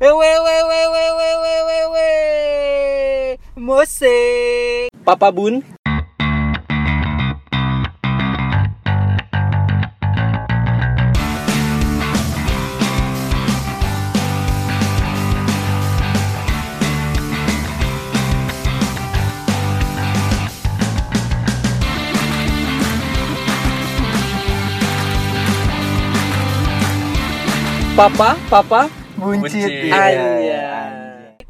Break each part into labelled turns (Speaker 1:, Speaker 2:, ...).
Speaker 1: Eh,
Speaker 2: Wewewewewewewewe Musik
Speaker 1: Papa Bun. Papa, papa,
Speaker 3: Buncit.
Speaker 1: Iya, ya. Anjay.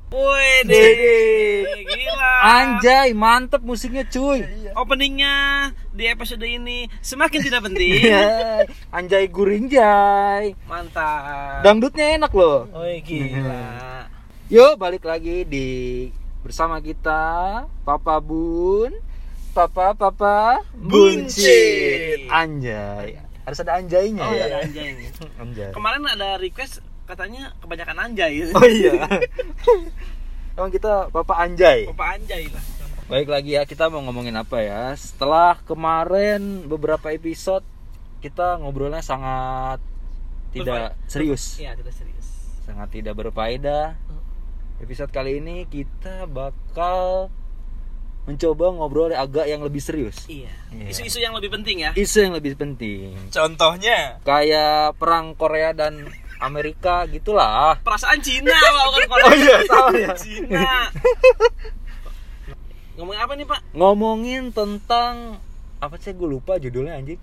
Speaker 2: Woi deh
Speaker 3: Gila.
Speaker 1: Anjay, mantep musiknya cuy.
Speaker 3: Openingnya di episode ini semakin tidak penting.
Speaker 1: Iya. Anjay gurinjay.
Speaker 3: Mantap.
Speaker 1: Dangdutnya enak loh.
Speaker 3: Oi gila.
Speaker 1: Yuk balik lagi di bersama kita Papa Bun. Papa Papa
Speaker 3: Buncit.
Speaker 1: Anjay. Harus ada anjaynya
Speaker 3: Oh
Speaker 1: ya.
Speaker 3: iya anjay ini.
Speaker 1: Anjay.
Speaker 3: Kemarin ada request katanya kebanyakan anjay.
Speaker 1: Oh iya. Emang kita Papa Anjay.
Speaker 3: Bapak anjay lah.
Speaker 1: Baik lagi ya, kita mau ngomongin apa ya? Setelah kemarin beberapa episode kita ngobrolnya sangat tidak serius,
Speaker 3: Iya, tidak serius.
Speaker 1: sangat tidak berfaedah. Episode kali ini kita bakal mencoba ngobrol agak yang lebih serius.
Speaker 3: Iya.
Speaker 1: Iya.
Speaker 3: Isu-isu yang lebih penting ya.
Speaker 1: Isu yang lebih penting.
Speaker 3: Contohnya
Speaker 1: Kayak perang Korea dan Amerika gitulah.
Speaker 3: perasaan Cina Pak, bukan Korea.
Speaker 1: Oh iya, salah ya.
Speaker 3: Cina. Ngomongin apa nih, Pak?
Speaker 1: Ngomongin tentang apa sih gue lupa judulnya anjing.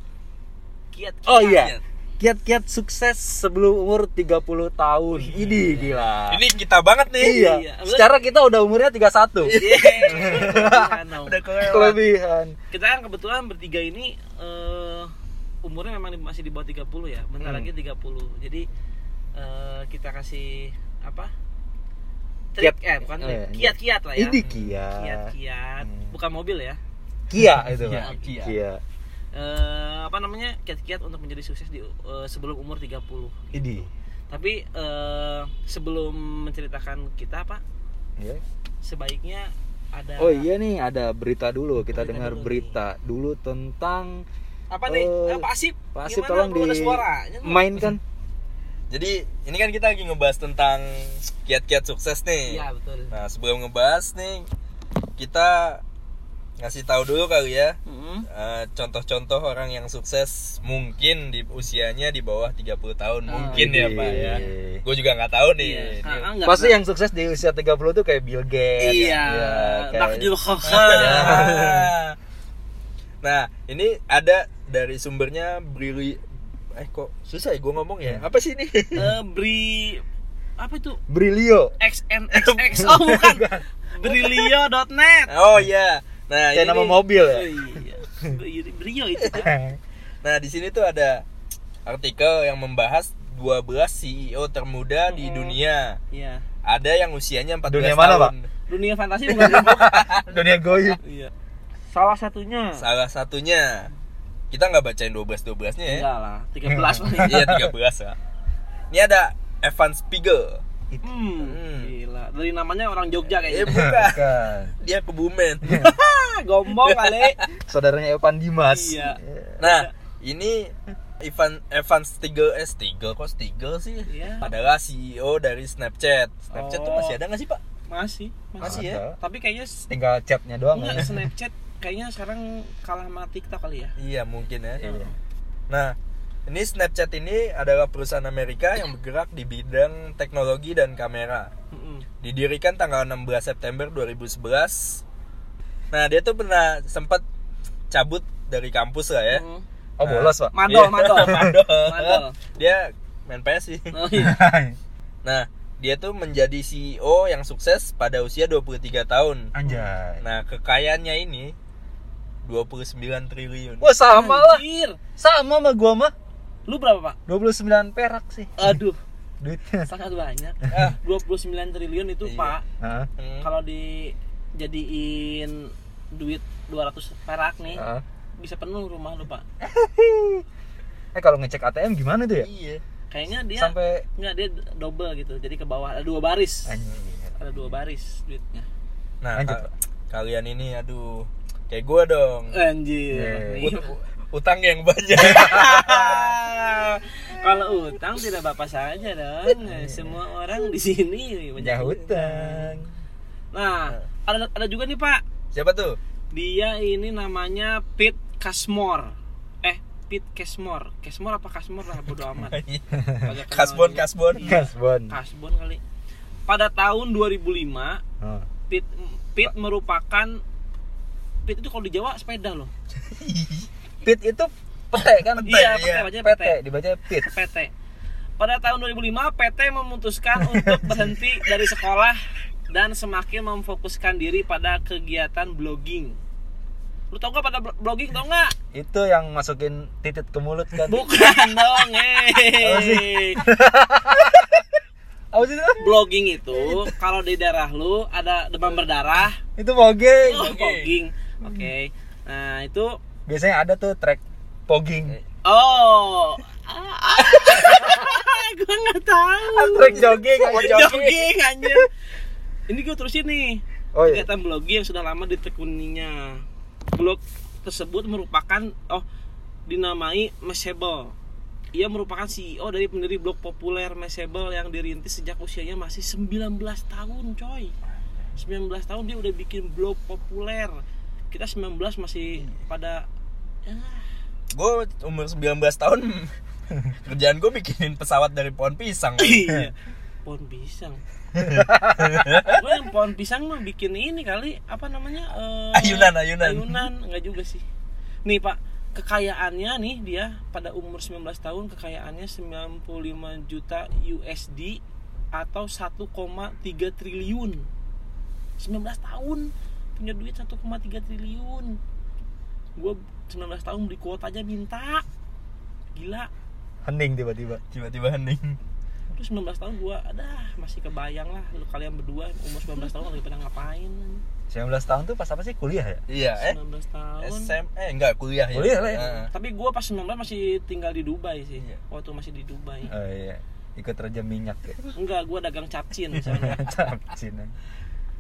Speaker 3: Kiat.
Speaker 1: Oh iya. Kiat-kiat sukses sebelum umur 30 tahun. Ini gila.
Speaker 4: Ini kita banget nih.
Speaker 1: iya.
Speaker 3: iya.
Speaker 1: Secara kita udah umurnya 31.
Speaker 3: Iya.
Speaker 4: Udah kelewat.
Speaker 1: Kelebihan.
Speaker 3: kita kan kebetulan bertiga ini eh, umurnya memang di- masih di bawah 30 ya bentar
Speaker 1: Hmm.
Speaker 3: lagi 30 jadi eh, kita kasih apa
Speaker 1: Kiat.
Speaker 3: trik eh bukan trik,
Speaker 1: Eh,
Speaker 3: kiat-kiat lah ya
Speaker 1: Ini Kia.
Speaker 3: kiat-kiat
Speaker 1: Hmm.
Speaker 3: bukan mobil ya
Speaker 1: Kia itu.
Speaker 3: Iya,
Speaker 4: Kia,
Speaker 1: Pak.
Speaker 4: Kia.
Speaker 1: Kia.
Speaker 3: Eh, apa namanya kiat-kiat untuk menjadi sukses di eh, sebelum umur 30
Speaker 1: Ini.
Speaker 3: tapi eh, sebelum menceritakan kita pak
Speaker 1: Ya.
Speaker 3: Iya. sebaiknya ada
Speaker 1: Oh iya nih ada berita dulu. Kita
Speaker 3: Berita
Speaker 1: dengar
Speaker 3: dulu
Speaker 1: berita dulu tentang
Speaker 3: apa nih
Speaker 1: Eh,
Speaker 3: Eh, Pak Asip
Speaker 1: Pak Asip,
Speaker 3: Gimana?
Speaker 1: tolong
Speaker 3: Belum ada
Speaker 1: di-
Speaker 3: suaranya tuh.
Speaker 1: mainkan
Speaker 4: Jadi ini kan kita lagi ngebahas tentang kiat-kiat sukses nih.
Speaker 3: iya betul
Speaker 4: Nah sebelum ngebahas nih kita ngasih tahu dulu kali ya
Speaker 1: Hmm?
Speaker 3: Mm-mm.
Speaker 4: eh, contoh-contoh orang yang sukses mungkin di usianya di bawah 30 tahun mungkin ya
Speaker 1: Ini.
Speaker 4: pak ya. Gue juga nggak tahu nih.
Speaker 3: Ah. Iya.
Speaker 4: Ini-
Speaker 3: Ah,
Speaker 1: Iya.
Speaker 3: enggak,
Speaker 1: Pasti yang sukses di usia 30 tuh kayak Bill Gates.
Speaker 3: Iya.
Speaker 1: Ya, kayak-
Speaker 3: Nakjul
Speaker 4: Ah. nah ini ada dari sumbernya Brili eh kok susah ya gue ngomong ya
Speaker 1: Hmm.
Speaker 4: apa sih ini
Speaker 3: Eh Bri apa itu?
Speaker 1: Brilio.
Speaker 3: XNXX. Oh bukan. Brilio.net.
Speaker 4: oh iya nah
Speaker 1: Kayak
Speaker 4: ini
Speaker 1: nama
Speaker 4: nih.
Speaker 1: mobil ya.
Speaker 3: Oh, iya. Bri- Brio itu. kan? Pak.
Speaker 4: Nah, di sini tuh ada artikel yang membahas 12 CEO E termuda di dunia.
Speaker 3: Iya.
Speaker 4: Ada yang usianya 14
Speaker 1: Dunia mana,
Speaker 4: tahun.
Speaker 3: Dunia fantasi bukan robot.
Speaker 1: Dunia goib.
Speaker 3: Iya. Salah satunya.
Speaker 4: Salah satunya. Kita nggak bacain 12-12-nya ya.
Speaker 3: Enggak lah, 13 paling.
Speaker 4: Iya, 13 lah. Ini ada Evan Spiegel.
Speaker 3: Hmm,
Speaker 4: Hmm.
Speaker 3: gila. Dari namanya orang Jogja
Speaker 4: Eh,
Speaker 3: kayaknya.
Speaker 4: bukan.
Speaker 1: Bukan.
Speaker 4: Dia kebumen.
Speaker 3: Ah, Gombong kali.
Speaker 1: Saudaranya Evan Dimas.
Speaker 3: Iya.
Speaker 4: Nah, ini Evan Evan Spiegel eh Spiegel kok Spiegel sih?
Speaker 3: Iya.
Speaker 4: Adalah CEO dari Snapchat. Snapchat tuh
Speaker 3: Oh.
Speaker 4: masih ada nggak sih, Pak?
Speaker 3: Masih, masih.
Speaker 4: Masih ya?
Speaker 1: Ada.
Speaker 3: Tapi kayaknya s-
Speaker 1: Tinggal chatnya doang.
Speaker 3: enggak
Speaker 1: ya.
Speaker 3: Snapchat kayaknya sekarang kalah sama TikTok kali ya.
Speaker 4: Iya, mungkin ya.
Speaker 1: Iya.
Speaker 4: Nah, ini Snapchat ini adalah perusahaan Amerika yang bergerak di bidang teknologi dan kamera.
Speaker 3: Mm-mm.
Speaker 4: Didirikan tanggal 16 September 2011. Nah, dia tuh pernah sempat cabut dari kampus lah ya.
Speaker 3: Mm.
Speaker 1: Oh bolos pak.
Speaker 3: Madol,
Speaker 4: Iya.
Speaker 3: madol.
Speaker 4: Madol.
Speaker 3: Madol.
Speaker 4: Dia main PS sih.
Speaker 3: Oh, iya.
Speaker 4: Nah, dia tuh menjadi CEO yang sukses pada usia 23 tahun.
Speaker 1: Anjay.
Speaker 4: Nah, kekayaannya ini 29 triliun.
Speaker 1: Wah sama lah.
Speaker 3: Anjir.
Speaker 1: Sama sama gua mah.
Speaker 3: Lu berapa, Pak?
Speaker 1: 29 perak sih
Speaker 3: Aduh,
Speaker 1: duitnya.
Speaker 3: sangat banyak.
Speaker 4: Ah,
Speaker 3: 29 triliun itu,
Speaker 4: Iya.
Speaker 3: Pak.
Speaker 1: Hah?
Speaker 4: hmm.
Speaker 3: Kalau dijadiin duit 200 perak nih,
Speaker 1: Hah?
Speaker 3: bisa penuh rumah lu, Pak.
Speaker 1: Eh kalau ngecek ATM gimana tuh ya?
Speaker 4: Iya.
Speaker 3: Kayaknya dia
Speaker 1: Sampai
Speaker 3: nggak dia double gitu. Jadi ke bawah ada dua baris.
Speaker 1: anjir.
Speaker 3: Ada dua baris duitnya.
Speaker 4: Nah,
Speaker 1: Lanjut,
Speaker 4: ka-
Speaker 1: Pak.
Speaker 3: Eh,
Speaker 4: kalian ini aduh kayak gua dong.
Speaker 3: Anjir.
Speaker 1: Iya.
Speaker 3: Nih,
Speaker 4: Ut- utang yang banyak.
Speaker 3: Kalau utang tidak bapak saja dong. Semua orang di sini
Speaker 4: Punya hutang.
Speaker 3: Nah, ada ada juga nih Pak.
Speaker 4: Siapa tuh?
Speaker 3: Dia ini namanya Pete Kasmore. Eh, Pete Kasmore. Kasmore apa Kasmore lah bodo amat. Kagak kenal
Speaker 4: kasbon,
Speaker 3: juga.
Speaker 4: kasbon.
Speaker 3: Iya,
Speaker 1: Kasbon.
Speaker 3: Kasbon kali. Pada tahun 2005,
Speaker 1: Oh.
Speaker 3: Pit pit merupakan pit itu kalau di Jawa sepeda loh.
Speaker 1: Pit itu pete kan?
Speaker 4: Pete,
Speaker 3: Iya,
Speaker 4: iya.
Speaker 3: PT bacanya PT.
Speaker 1: Pete, dibaca pit.
Speaker 3: PT. Pada tahun 2005 PT memutuskan untuk berhenti dari sekolah dan semakin memfokuskan diri pada kegiatan blogging. Lu tau gak pada blo- blogging tau gak?
Speaker 1: Itu yang masukin titit ke mulut kan?
Speaker 3: Bukan dong,
Speaker 1: Apa
Speaker 3: eh.
Speaker 1: Apa sih itu?
Speaker 3: Blogging itu kalau di daerah lu ada demam berdarah,
Speaker 1: Itu bogeng.
Speaker 3: oh, blogging. Oke. Nah, itu
Speaker 1: Biasanya ada tuh track
Speaker 4: Poging.
Speaker 3: Oh, gue nggak tahu.
Speaker 1: track jogging,
Speaker 3: Jogging anjir. Ini gue terusin nih
Speaker 1: Oh iya.
Speaker 3: kegiatan blogging yang sudah lama ditekuninya. Blog tersebut merupakan oh dinamai Mesable. Ia merupakan CEO dari pendiri blog populer Mesable yang dirintis sejak usianya masih 19 tahun, coy. 19 tahun dia udah bikin blog populer. Kita 19 masih pada ya,
Speaker 4: Gue umur 19 tahun kerjaan gue bikinin pesawat dari pohon pisang.
Speaker 3: iya pohon pisang gue yang pohon pisang mah bikin ini kali apa namanya eh,
Speaker 4: Ayunan, ayunan.
Speaker 3: ayunan nggak juga sih nih pak kekayaannya nih dia pada umur 19 tahun kekayaannya 95 juta USD atau 1,3 triliun 19 tahun punya duit 1,3 triliun gue 19 tahun beli kuota aja minta gila
Speaker 1: Hening tiba-tiba.
Speaker 4: Tiba-tiba hening.
Speaker 3: Terus 19 tahun gua ada masih kebayang lah lu kalian berdua umur 19 tahun lagi pada ngapain
Speaker 1: 19 tahun tuh pas apa sih kuliah ya?
Speaker 4: Iya, eh
Speaker 3: 19 tahun
Speaker 4: SM eh enggak kuliah ya.
Speaker 1: Kuliah lah ya.
Speaker 4: Heeh.
Speaker 3: tapi gua pas 19 masih tinggal di Dubai sih
Speaker 4: Iya.
Speaker 3: waktu masih di Dubai
Speaker 1: Oh iya. Ikut raja minyak ya.
Speaker 3: enggak gua dagang capcin misalnya
Speaker 1: Capcin.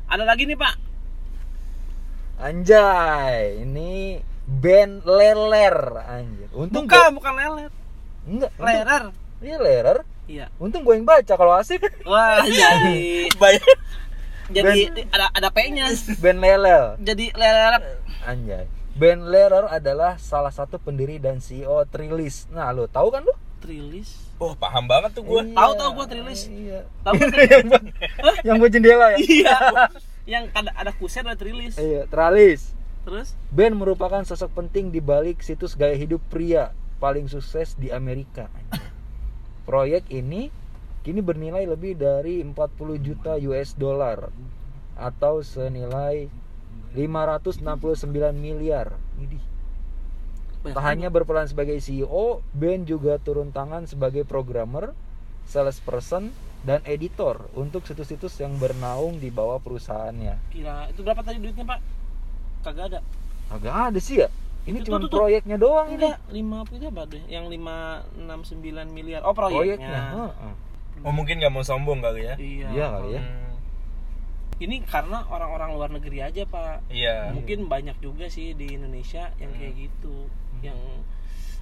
Speaker 3: ada lagi nih pak
Speaker 1: Anjay, ini band leler anjir. Untung
Speaker 3: bukan
Speaker 1: gua-
Speaker 3: bukan lelet
Speaker 1: enggak untung-
Speaker 3: lerer
Speaker 1: Iya lerer.
Speaker 3: iya
Speaker 1: Untung gue yang baca kalau asik.
Speaker 3: wah jadi
Speaker 4: Bayar
Speaker 3: jadi ada ada p-nya
Speaker 1: Band Leler.
Speaker 3: jadi leler
Speaker 1: Anjay. Band Lerer adalah salah satu pendiri dan CEO Trilis. Nah, lu tahu kan lu?
Speaker 3: trilis
Speaker 4: Wah, Oh, paham banget tuh gue.
Speaker 3: Tahu, tahu gua Trilis.
Speaker 1: Iya.
Speaker 3: tahu kan?
Speaker 1: yang buat yang buat jendela ya?
Speaker 3: iya yang ada ada kusen ada trilis
Speaker 1: Iya, Tralis.
Speaker 3: terus
Speaker 1: Ben merupakan sosok penting di balik situs gaya hidup pria paling sukses di Amerika. Anjay. Proyek ini kini bernilai lebih dari 40 juta US dollar atau senilai 569 miliar. Widih. Tak hanya berperan sebagai CEO, Ben juga turun tangan sebagai programmer, salesperson, dan editor untuk situs-situs yang bernaung di bawah perusahaannya.
Speaker 3: Gila, itu berapa tadi duitnya pak kagak ada
Speaker 1: Agak ada sih ya. Ini
Speaker 3: Itu
Speaker 1: cuma
Speaker 3: tuh, tuh, tuh.
Speaker 1: proyeknya doang nih.
Speaker 3: Enggak, lima apa itu apa deh? Yang lima enam sembilan miliar. Oh
Speaker 1: Proyeknya.
Speaker 3: proyeknya.
Speaker 1: iya, heeh.
Speaker 4: Oh, mungkin nggak mau sombong kali ya.
Speaker 3: Iya.
Speaker 1: Iya kali ya.
Speaker 4: Hmm,
Speaker 3: Ini karena orang-orang luar negeri aja pak.
Speaker 4: Iya.
Speaker 3: Mungkin banyak juga sih di Indonesia yang kayak gitu, yang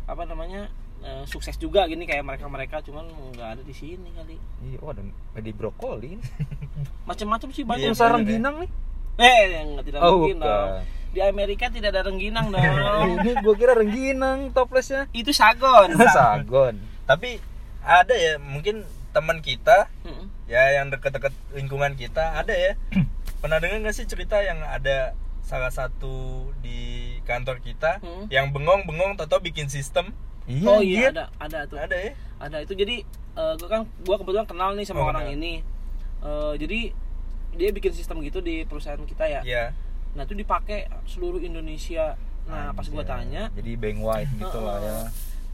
Speaker 3: apa namanya eh, sukses juga gini kayak mereka-mereka, cuman nggak ada di sini kali.
Speaker 1: Iya, oh, ada di brokoli. nih.
Speaker 3: Macam-macam sih
Speaker 4: Iya,
Speaker 1: Yang
Speaker 3: banyak.
Speaker 1: sarang
Speaker 4: bener ya.
Speaker 1: ginang nih.
Speaker 3: Eh, yang nggak- tidak
Speaker 1: Oh,
Speaker 3: mungkin dong.
Speaker 1: bukan.
Speaker 3: Di Amerika tidak ada rengginang dong.
Speaker 1: ini gue kira rengginang toplesnya.
Speaker 3: itu sagon.
Speaker 1: Sagon.
Speaker 4: Tapi ada ya, mungkin teman kita
Speaker 3: Mm-mm.
Speaker 4: ya yang deket-deket lingkungan kita ada ya. Pernah dengar nggak sih cerita yang ada salah satu di kantor kita
Speaker 3: Hmm.
Speaker 4: yang bengong-bengong atau bikin sistem?
Speaker 1: Iya,
Speaker 3: Oh iya
Speaker 1: anjir.
Speaker 3: ada ada tuh.
Speaker 4: Ada ya?
Speaker 3: ada itu jadi eh, gua kan gua kebetulan kenal nih sama
Speaker 4: Oh,
Speaker 3: orang
Speaker 4: kenal.
Speaker 3: ini Eh, jadi dia bikin sistem gitu di perusahaan kita ya
Speaker 4: Iya.
Speaker 3: nah itu dipakai seluruh Indonesia nah pas gua
Speaker 1: Anjay.
Speaker 3: tanya
Speaker 1: Iya.
Speaker 3: eh,
Speaker 1: Jadi Bang White gitu lah ya.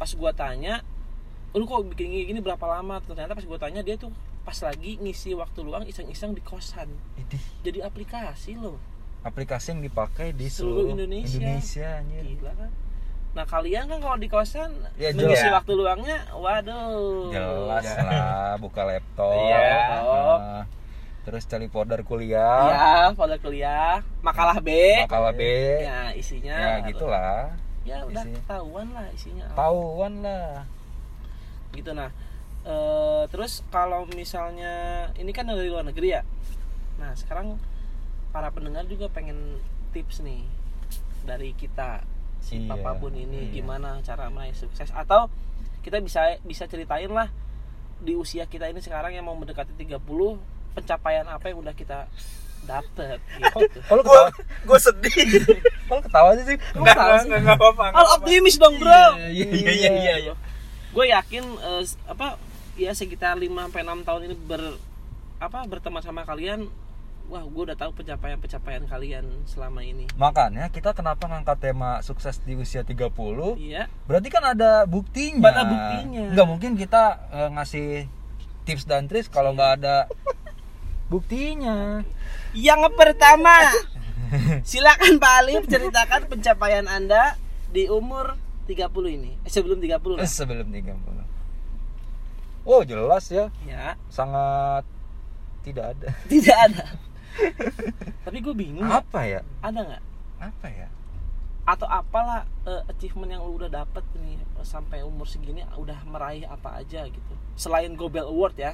Speaker 3: pas gua tanya lu kok bikin gini, gini berapa lama ternyata pas gua tanya dia tuh pas lagi ngisi waktu luang iseng-iseng di kosan
Speaker 1: Idih,
Speaker 3: jadi aplikasi loh
Speaker 1: aplikasi yang dipakai di
Speaker 3: Seluruh
Speaker 1: seluruh,
Speaker 3: Indonesia.
Speaker 1: Indonesia anjir.
Speaker 3: gila kan nah kalian kan kalau di kosan
Speaker 1: Ya,
Speaker 3: mengisi
Speaker 4: jelas.
Speaker 3: waktu luangnya waduh
Speaker 1: jelas
Speaker 3: Iya.
Speaker 1: lah buka laptop
Speaker 4: Iya.
Speaker 1: Nah, terus cari folder kuliah
Speaker 3: ya pada kuliah Iya, makalah B
Speaker 1: makalah B
Speaker 3: ya isinya
Speaker 1: ya gitulah
Speaker 3: ya udah
Speaker 1: Isinya.
Speaker 3: ketahuan lah isinya apa.
Speaker 1: Tauan lah.
Speaker 3: gitu nah eh, terus kalau misalnya ini kan dari luar negeri ya nah sekarang para pendengar juga pengen tips nih dari kita si
Speaker 1: Iya,
Speaker 3: Papa Bun ini
Speaker 4: iya.
Speaker 3: gimana cara meraih sukses atau kita bisa bisa ceritain lah di usia kita ini sekarang yang mau mendekati 30 pencapaian apa yang udah kita dapet gitu.
Speaker 1: Kalau
Speaker 4: Gue
Speaker 1: ketawa,
Speaker 4: gue sedih.
Speaker 1: kalau ketawa aja sih.
Speaker 4: Nggak
Speaker 3: tahu
Speaker 4: nggak
Speaker 3: sih?
Speaker 4: nggak, nggak apa-apa. nggak
Speaker 3: Al
Speaker 4: apa-apa.
Speaker 3: optimis dong bro.
Speaker 4: Iya iya iya iya. iya.
Speaker 3: gue yakin eh, s- apa ya sekitar 5 sampai 6 tahun ini ber apa berteman sama kalian wah gue udah tahu pencapaian-pencapaian kalian selama ini
Speaker 1: Makanya kita kenapa ngangkat tema sukses di usia 30?
Speaker 3: iya
Speaker 1: Berarti kan ada buktinya.
Speaker 3: Ada buktinya.
Speaker 1: Nggak mungkin kita eh, ngasih tips dan trik kalau nggak ada buktinya.
Speaker 3: yang pertama silakan Pak Alif ceritakan pencapaian anda di umur 30 ini Eh, sebelum 30
Speaker 1: Eh,
Speaker 3: lah
Speaker 1: Sebelum 30. Oh, jelas ya.
Speaker 3: ya
Speaker 1: Sangat tidak ada.
Speaker 3: tidak ada tapi gue bingung
Speaker 1: Apa ya?
Speaker 3: ada nggak
Speaker 1: Apa ya?
Speaker 3: atau apalah eh, achievement yang lu udah dapet nih eh, sampai umur segini ah, udah meraih apa aja gitu selain Gobel Award ya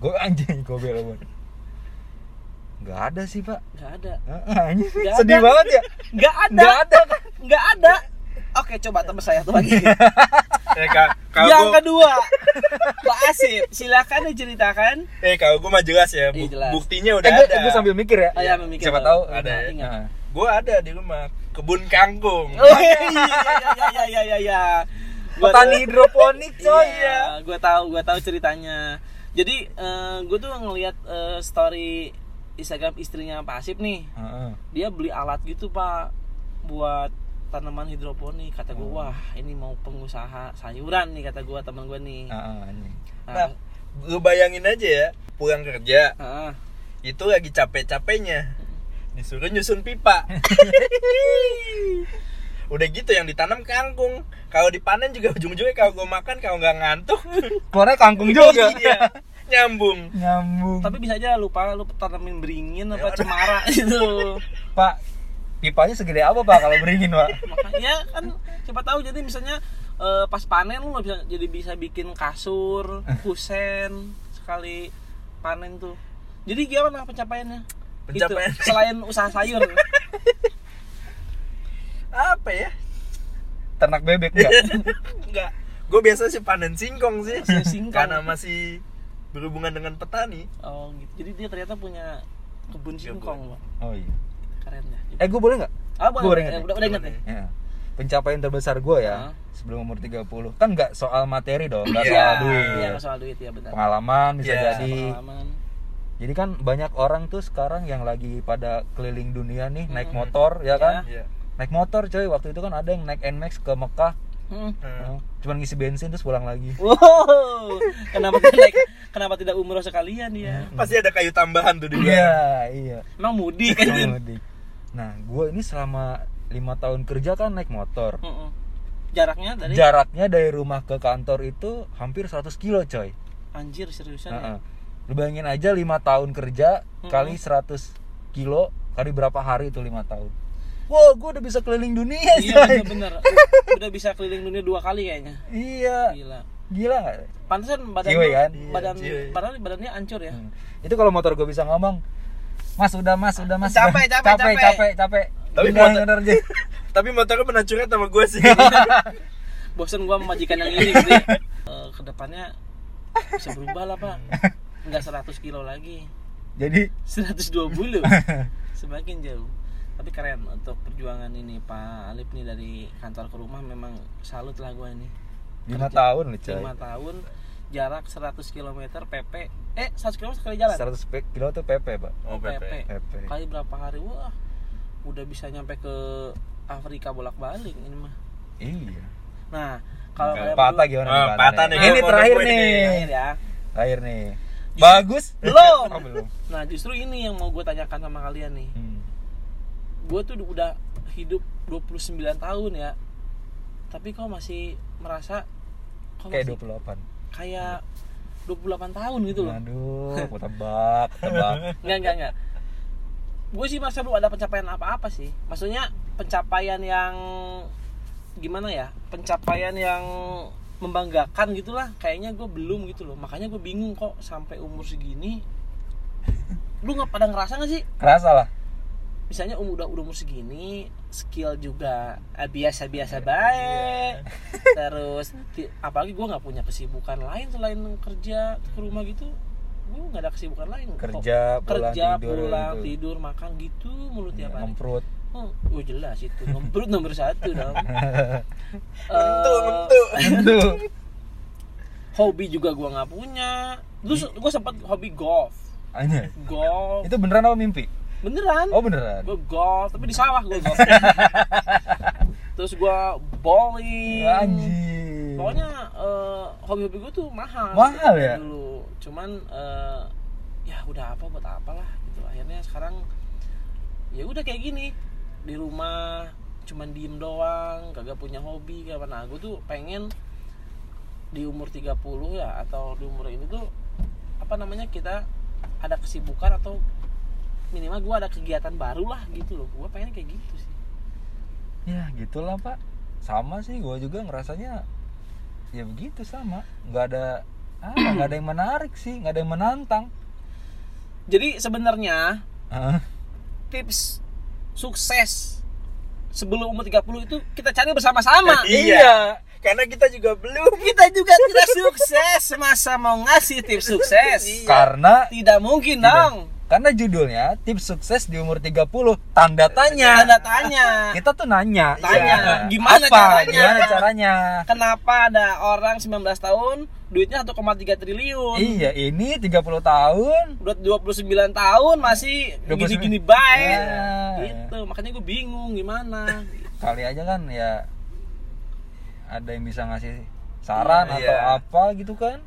Speaker 1: Gue anjing gue bilang. Gak ada sih, Pak.
Speaker 3: nggak ada
Speaker 1: Ah, anjing.
Speaker 3: Nggak
Speaker 1: Sedih
Speaker 3: ada.
Speaker 1: banget ya.
Speaker 3: nggak ada
Speaker 1: Gak ada. kan?
Speaker 3: nggak ada oke coba teman saya tuh lagi
Speaker 4: Eh ka-
Speaker 1: Iya,
Speaker 3: yang
Speaker 1: kan?
Speaker 4: kalau gue
Speaker 3: kedua Pak Asif silakan diceritakan
Speaker 4: eh kalau gue mah jelas
Speaker 3: Iya,
Speaker 4: ya. bu-
Speaker 3: jelas.
Speaker 4: Buktinya udah
Speaker 1: Eh, gua-
Speaker 4: ada.
Speaker 1: gua sambil mikir ya.
Speaker 3: Oh, iya, mikir
Speaker 1: Siapa
Speaker 3: dulu.
Speaker 1: tahu
Speaker 4: Ada ya?
Speaker 3: Ingat.
Speaker 1: Nah.
Speaker 4: Gue ada di rumah kebun kangkung.
Speaker 1: Eh.
Speaker 3: oh iya iya iya iya iya iya Gua
Speaker 1: Petani Oh,
Speaker 3: tahu.
Speaker 1: hidroponik coy.
Speaker 3: iya gue tahu gue tahu ceritanya jadi gue tuh ngelihat eh, story Instagram istrinya Pak Asif nih
Speaker 1: Heeh.
Speaker 3: dia beli alat gitu pak buat tanaman hidroponik kata gue wah ini mau pengusaha sayuran nih kata gue teman gue nih
Speaker 1: Heeh, anjing.
Speaker 4: Nah, lu bayangin aja ya, pulang kerja
Speaker 3: Ah, ah.
Speaker 4: itu lagi capek-capeknya. Disuruh nyusun pipa. Udah gitu yang ditanam kangkung. Kalau dipanen juga ujung-ujungnya kalau gue makan kalau nggak ngantuk
Speaker 1: Keluarnya kangkung juga.
Speaker 4: Iya, nyambung.
Speaker 1: Nyambung.
Speaker 3: tapi bisa aja lupa lu tanamin beringin apa
Speaker 4: Ya,
Speaker 3: cemara gitu
Speaker 1: Pak, pipanya segede apa, Pak, kalau beringin, Pak?
Speaker 3: makanya kan siapa tahu jadi misalnya eh, pas panen lu bisa jadi bisa bikin kasur kusen sekali panen tuh jadi gimana pencapaiannya
Speaker 4: Pencapaian.
Speaker 3: gitu, selain usaha sayur
Speaker 4: Apa ya?
Speaker 1: Ternak bebek enggak?
Speaker 4: Enggak. Gue biasa sih panen singkong sih.
Speaker 3: Masih singkong.
Speaker 4: Karena masih berhubungan dengan petani.
Speaker 3: oh gitu jadi dia ternyata punya kebun singkong Pak.
Speaker 1: Oh iya.
Speaker 3: keren ya
Speaker 1: Eh, gue boleh nggak?
Speaker 3: Ah, boleh,
Speaker 1: Gua
Speaker 3: boleh.
Speaker 1: ingat
Speaker 3: Eh,
Speaker 1: nih.
Speaker 3: udah, udah inget
Speaker 4: Boleh.
Speaker 3: nih.
Speaker 1: Ya. Pencapaian terbesar gue
Speaker 3: Hah?
Speaker 1: ya sebelum umur 30 kan nggak soal materi dong, nggak
Speaker 4: Iya.
Speaker 1: soal duit.
Speaker 3: Iya, nggak soal duit ya benar.
Speaker 1: Pengalaman bisa
Speaker 4: Iya.
Speaker 1: jadi.
Speaker 3: Pengalaman.
Speaker 1: Jadi kan banyak orang tuh sekarang yang lagi pada keliling dunia nih naik
Speaker 3: Mm.
Speaker 1: motor ya kan?
Speaker 4: Iya.
Speaker 1: Naik motor coy, waktu itu kan ada yang naik NMAX ke Mekah,
Speaker 3: Hmm.
Speaker 4: Nah,
Speaker 1: cuman ngisi bensin terus pulang lagi.
Speaker 3: Wow, kenapa tidak kenapa tidak umroh sekalian ya?
Speaker 1: Hmm.
Speaker 4: Pasti ada kayu tambahan tuh di belakang.
Speaker 1: Iya, iya.
Speaker 3: Emang mudik kan?
Speaker 1: Sama Dik. Nah, gue ini selama lima tahun kerja kan naik motor.
Speaker 3: Mm-mm. Hmm. Jaraknya dari
Speaker 1: Jaraknya dari rumah ke kantor itu hampir 100 kilo coy.
Speaker 3: anjir seriusan ya?
Speaker 1: Heeh. Lu bayangin aja lima tahun kerja
Speaker 3: Mm-mm.
Speaker 1: kali 100 kilo kali berapa hari itu lima tahun. Wow, gue udah bisa keliling dunia
Speaker 3: Iya
Speaker 1: coy.
Speaker 3: bener-bener Udah bisa keliling dunia dua kali kayaknya
Speaker 1: Iya,
Speaker 3: Gila
Speaker 1: gila gak?
Speaker 3: Pantesan badan
Speaker 1: Ciwe
Speaker 3: lu-
Speaker 1: kan? Hmm.
Speaker 3: Badan,
Speaker 4: Iya, ciwe.
Speaker 3: padahal badannya hancur ya
Speaker 1: Itu kalau motor gue bisa ngomong, Mas udah mas udah mas
Speaker 3: Capek,
Speaker 1: udah. capek
Speaker 3: capek, capek.
Speaker 1: capek capek.
Speaker 4: Tapi
Speaker 1: Bener,
Speaker 4: motor-
Speaker 1: bener, Ji.
Speaker 4: Tapi motornya pernah curhat sama gue sih.
Speaker 3: Bosen gua memajikan yang ini gitu ya. Eh, Kedepannya bisa berubah lah pak Nggak 100 kilo lagi
Speaker 1: Jadi
Speaker 3: 120 semakin jauh tapi keren untuk perjuangan ini Pak Alip nih dari kantor ke rumah memang salut lah gue ini
Speaker 1: lima
Speaker 3: Kerja.
Speaker 1: tahun loh coy.
Speaker 3: 5 tahun jarak 100 km PP eh 100 km sekali jalan
Speaker 1: 100 pe- kilo tuh PP, Pak.
Speaker 4: Oh, Pepe.
Speaker 1: PP.
Speaker 3: kali berapa hari wah udah bisa nyampe ke Afrika bolak-balik ini mah
Speaker 1: Iya.
Speaker 3: nah kalau kalian
Speaker 4: Nggak
Speaker 1: Patah
Speaker 3: berdua-
Speaker 1: gimana
Speaker 4: Ah,
Speaker 1: nih,
Speaker 4: patah
Speaker 1: nih?
Speaker 4: nih,
Speaker 1: Ini
Speaker 4: gua
Speaker 1: terakhir
Speaker 4: mau
Speaker 1: nih.
Speaker 3: Terakhir ya
Speaker 1: Terakhir nih. Bagus.
Speaker 3: Belum.
Speaker 1: Oh, belum.
Speaker 3: nah justru ini yang mau gue tanyakan sama kalian nih
Speaker 1: Hmm.
Speaker 3: gue tuh udah hidup 29 tahun ya tapi kok masih merasa kok
Speaker 1: Kayak
Speaker 3: masih
Speaker 1: 28.
Speaker 3: kayak 28 tahun gitu loh
Speaker 1: Aduh, aku tebak, tebak.
Speaker 3: nggak nggak nggak gue sih merasa belum ada pencapaian apa-apa sih maksudnya pencapaian yang gimana ya pencapaian yang membanggakan gitulah kayaknya gue belum gitu loh makanya gue bingung kok sampai umur segini lu nggak pada ngerasa nggak sih
Speaker 4: kerasa lah
Speaker 3: misalnya um, udah udah umur segini skill juga eh,
Speaker 4: Iya.
Speaker 3: biasa-biasa baik terus ti- apalagi gue nggak punya kesibukan lain selain kerja ke rumah gitu gue nggak ada kesibukan lain Kok
Speaker 4: kerja pulang
Speaker 3: kerja
Speaker 4: tidur
Speaker 3: pulang
Speaker 4: gitu. Iya,
Speaker 3: tidur makan gitu mulut tiap hari
Speaker 1: Ngemprut.
Speaker 3: oh, oh, jelas itu ngemprut nomor satu dong
Speaker 4: Mentu,
Speaker 3: Eh,
Speaker 4: mentu.
Speaker 3: hobi juga gue nggak punya terus gue sempet hobi golf
Speaker 1: Anjay.
Speaker 3: golf
Speaker 1: Itu beneran apa mimpi?
Speaker 3: beneran
Speaker 1: Oh beneran.
Speaker 3: gue golf tapi di sawah gue golf terus gue bowling
Speaker 1: Ya, Anjir.
Speaker 3: pokoknya eh, hobi-hobi gue tuh mahal
Speaker 1: Mahal ya?
Speaker 3: dulu cuman eh, ya udah apa buat apalah gitu akhirnya sekarang ya udah kayak gini di rumah cuman diem doang kagak punya hobi kagak nah gue tuh pengen di umur 30 ya atau di umur ini tuh apa namanya kita ada kesibukan atau minimal gue ada kegiatan baru lah gitu loh gue pengen kayak gitu sih
Speaker 1: Ya gitulah pak. Sama sih gue juga ngerasanya ya begitu sama. Nggak ada ah nggak ada yang menarik sih, nggak ada yang menantang.
Speaker 3: jadi sebenarnya
Speaker 1: Hah?
Speaker 3: tips sukses sebelum umur 30 itu kita cari bersama-sama.
Speaker 4: iya karena kita juga belum
Speaker 3: Kita juga tidak sukses masa mau ngasih tips sukses.
Speaker 1: Karena
Speaker 3: Tidak mungkin dong.
Speaker 1: karena judulnya tips sukses di umur 30 tanda tanya.
Speaker 3: Tanda tanya.
Speaker 1: Iya. Kita tuh nanya.
Speaker 3: Tanya,
Speaker 1: Iya.
Speaker 3: gimana
Speaker 1: Apa?
Speaker 3: caranya?
Speaker 1: Gimana caranya?
Speaker 3: Kenapa ada orang 19 tahun duitnya 1,3 triliun?
Speaker 1: Iya, ini 30 tahun
Speaker 3: Udah 29 tahun masih
Speaker 1: 29.
Speaker 3: gini-gini baik.
Speaker 1: Ya.
Speaker 3: Gitu. Makanya gue bingung gimana.
Speaker 1: kali aja kan ya ada yang bisa ngasih saran
Speaker 4: Iya.
Speaker 1: atau apa gitu kan?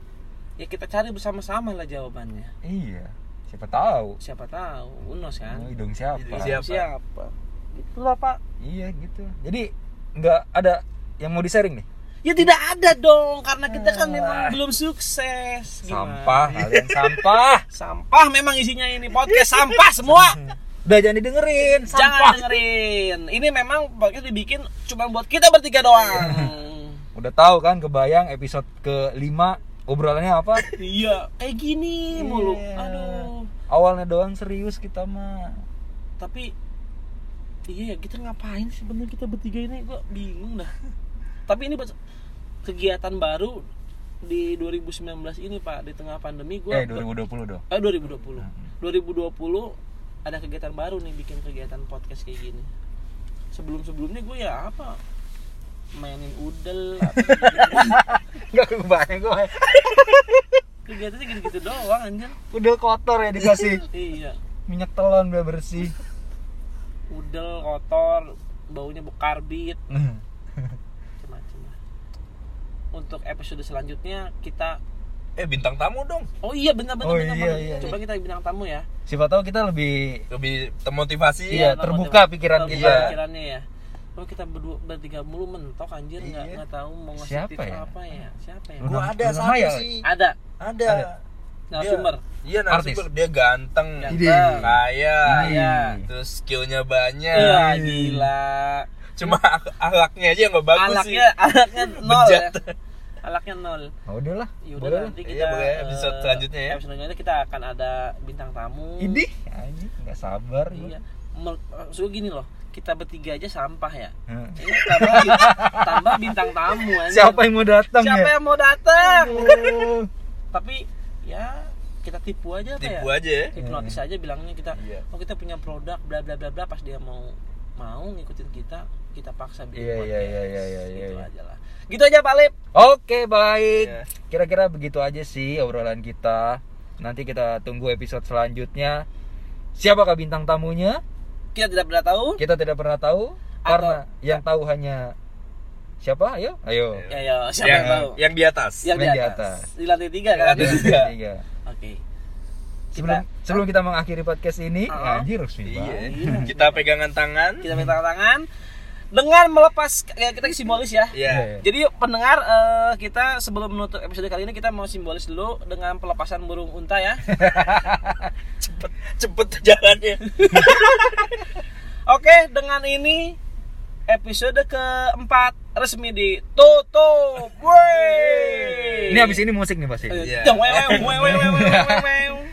Speaker 3: Ya kita cari bersama-sama lah jawabannya.
Speaker 1: Iya. Siapa tahu.
Speaker 3: Siapa tahu, Unos
Speaker 1: Mau
Speaker 3: kan.
Speaker 1: hidung siapa?
Speaker 4: Hidung siapa.
Speaker 3: Siapa? Itulah, Pak.
Speaker 1: Iya gitu. Jadi nggak ada yang mau di-sharing nih.
Speaker 3: Ya tidak ada dong, karena kita kan
Speaker 1: Ah.
Speaker 3: memang belum sukses. Gimana?
Speaker 1: Sampah,
Speaker 4: Iya.
Speaker 1: kalian sampah.
Speaker 3: Sampah memang isinya ini podcast sampah semua.
Speaker 1: Udah jangan didengerin.
Speaker 3: Jangan
Speaker 1: Sampah.
Speaker 3: dengerin. Ini memang podcast dibikin cuma buat kita bertiga doang.
Speaker 1: Iya. Udah tahu kan kebayang episode ke-5 obrolannya apa?
Speaker 3: iya, kayak gini mulu.
Speaker 1: Iya.
Speaker 3: Aduh.
Speaker 1: Awalnya doang serius kita mah.
Speaker 3: Tapi iya ya kita ngapain sih bener kita bertiga ini gua bingung dah. Tapi ini buat- kegiatan baru di 2019 ini Pak, di tengah pandemi gua
Speaker 1: eh 2020 dong.
Speaker 3: Eh 2020. 2020 ada kegiatan baru nih bikin kegiatan podcast kayak gini. Sebelum-sebelumnya gue ya apa? Mainin udel apa
Speaker 1: Enggak kebayang gue.
Speaker 3: kegiatannya gitu-gitu doang anjir.
Speaker 1: Udah kotor ya dikasih
Speaker 3: Iya,
Speaker 1: minyak telon biar bersih.
Speaker 3: udel kotor, baunya bekarbit, macam-macam. lah. Untuk episode selanjutnya kita
Speaker 4: eh bintang tamu dong
Speaker 3: Oh iya benar-benar
Speaker 1: Oh
Speaker 3: bintang
Speaker 1: iya,
Speaker 3: tamu.
Speaker 1: iya,
Speaker 3: Coba kita bintang tamu ya.
Speaker 1: Siapa tahu kita lebih
Speaker 4: lebih termotivasi
Speaker 1: Iya, terbuka pikiran
Speaker 3: terbuka
Speaker 1: kita.
Speaker 3: pikirannya ya. Kalau kita berdua bertiga mulu mentok anjir nggak
Speaker 4: Iya.
Speaker 3: nggak tahu mau ngasih
Speaker 1: Siapa
Speaker 3: tips
Speaker 1: ya?
Speaker 3: apa ya? Siapa ya?
Speaker 1: Lu-
Speaker 4: gua ada
Speaker 1: Belum
Speaker 4: satu
Speaker 1: hayal.
Speaker 4: sih
Speaker 3: Ada Nah,
Speaker 4: ada,
Speaker 1: Ada.
Speaker 3: narasumber.
Speaker 4: iya narasumber dia ganteng
Speaker 3: Ganteng.
Speaker 1: Ide.
Speaker 4: kaya
Speaker 3: Iya.
Speaker 4: terus skillnya banyak
Speaker 3: Iya gila.
Speaker 4: cuma ak- akhlaknya aja nggak bagus
Speaker 3: Alaknya alaknya nol ya.
Speaker 4: Bejat.
Speaker 3: Alaknya nol.
Speaker 1: Oh, udah lah.
Speaker 3: Ya udah
Speaker 1: boleh lah.
Speaker 3: nanti
Speaker 4: Iya,
Speaker 3: kita
Speaker 4: boleh, episode
Speaker 3: eh,
Speaker 4: selanjutnya ya.
Speaker 3: Episode selanjutnya kita akan ada bintang tamu.
Speaker 1: Ini anjing nggak sabar gua.
Speaker 3: Iya. Mer- Maksud gua gini loh, kita bertiga aja sampah ya.
Speaker 1: Heeh.
Speaker 3: Ini tambah, tambah bintang tamu anjir.
Speaker 1: Siapa yang mau datang
Speaker 3: Siapa
Speaker 1: ya?
Speaker 3: yang mau datang?
Speaker 1: Aduh.
Speaker 3: tapi ya kita tipu aja apa
Speaker 4: tipu
Speaker 3: ya
Speaker 4: aja ya
Speaker 3: hipnotis
Speaker 1: Hmm.
Speaker 3: aja bilangnya kita
Speaker 4: Iya.
Speaker 3: oh kita punya produk bla bla bla bla pas dia mau mau ngikutin kita kita paksa bikin
Speaker 1: Iya, iya,
Speaker 3: podcast.
Speaker 1: iya, iya, iya, iya,
Speaker 3: gitu
Speaker 1: iya.
Speaker 3: aja lah gitu aja Pak Lip
Speaker 1: Oke, baik.
Speaker 4: Iya.
Speaker 1: Kira-kira begitu aja sih obrolan kita. Nanti kita tunggu episode selanjutnya. Siapakah bintang tamunya?
Speaker 3: kita tidak pernah tahu
Speaker 1: Kita tidak pernah tahu karena yang tahu hanya siapa? Ayo, ayo.
Speaker 3: ya ya siapa
Speaker 4: yang
Speaker 3: yang tahu Iya.
Speaker 4: yang di atas
Speaker 3: yang di
Speaker 1: Yang di
Speaker 3: atas.
Speaker 1: atas.
Speaker 3: di lantai tiga kan
Speaker 4: Iya.
Speaker 3: oke
Speaker 4: Tiga.
Speaker 1: Tiga. Sebelum
Speaker 3: kita
Speaker 1: sebelum kita mengakhiri podcast ini, ya,
Speaker 3: Ah.
Speaker 1: anjir resmi
Speaker 4: iya
Speaker 1: banget.
Speaker 4: kita pegangan tangan
Speaker 3: kita minta tangan dengan melepas ya, kita simbolis ya
Speaker 4: Iya.
Speaker 3: Jadi yuk, pendengar eh, kita sebelum menutup episode kali ini kita mau simbolis dulu dengan pelepasan burung unta ya.
Speaker 4: cepet cepet jalannya
Speaker 3: Oke, dengan ini episode keempat resmi ditutup. Woi.
Speaker 1: Ini abis ini musik nih pasti.
Speaker 4: Iya.
Speaker 3: Dong, wew, wew, wew, wew, wew, wew, wew.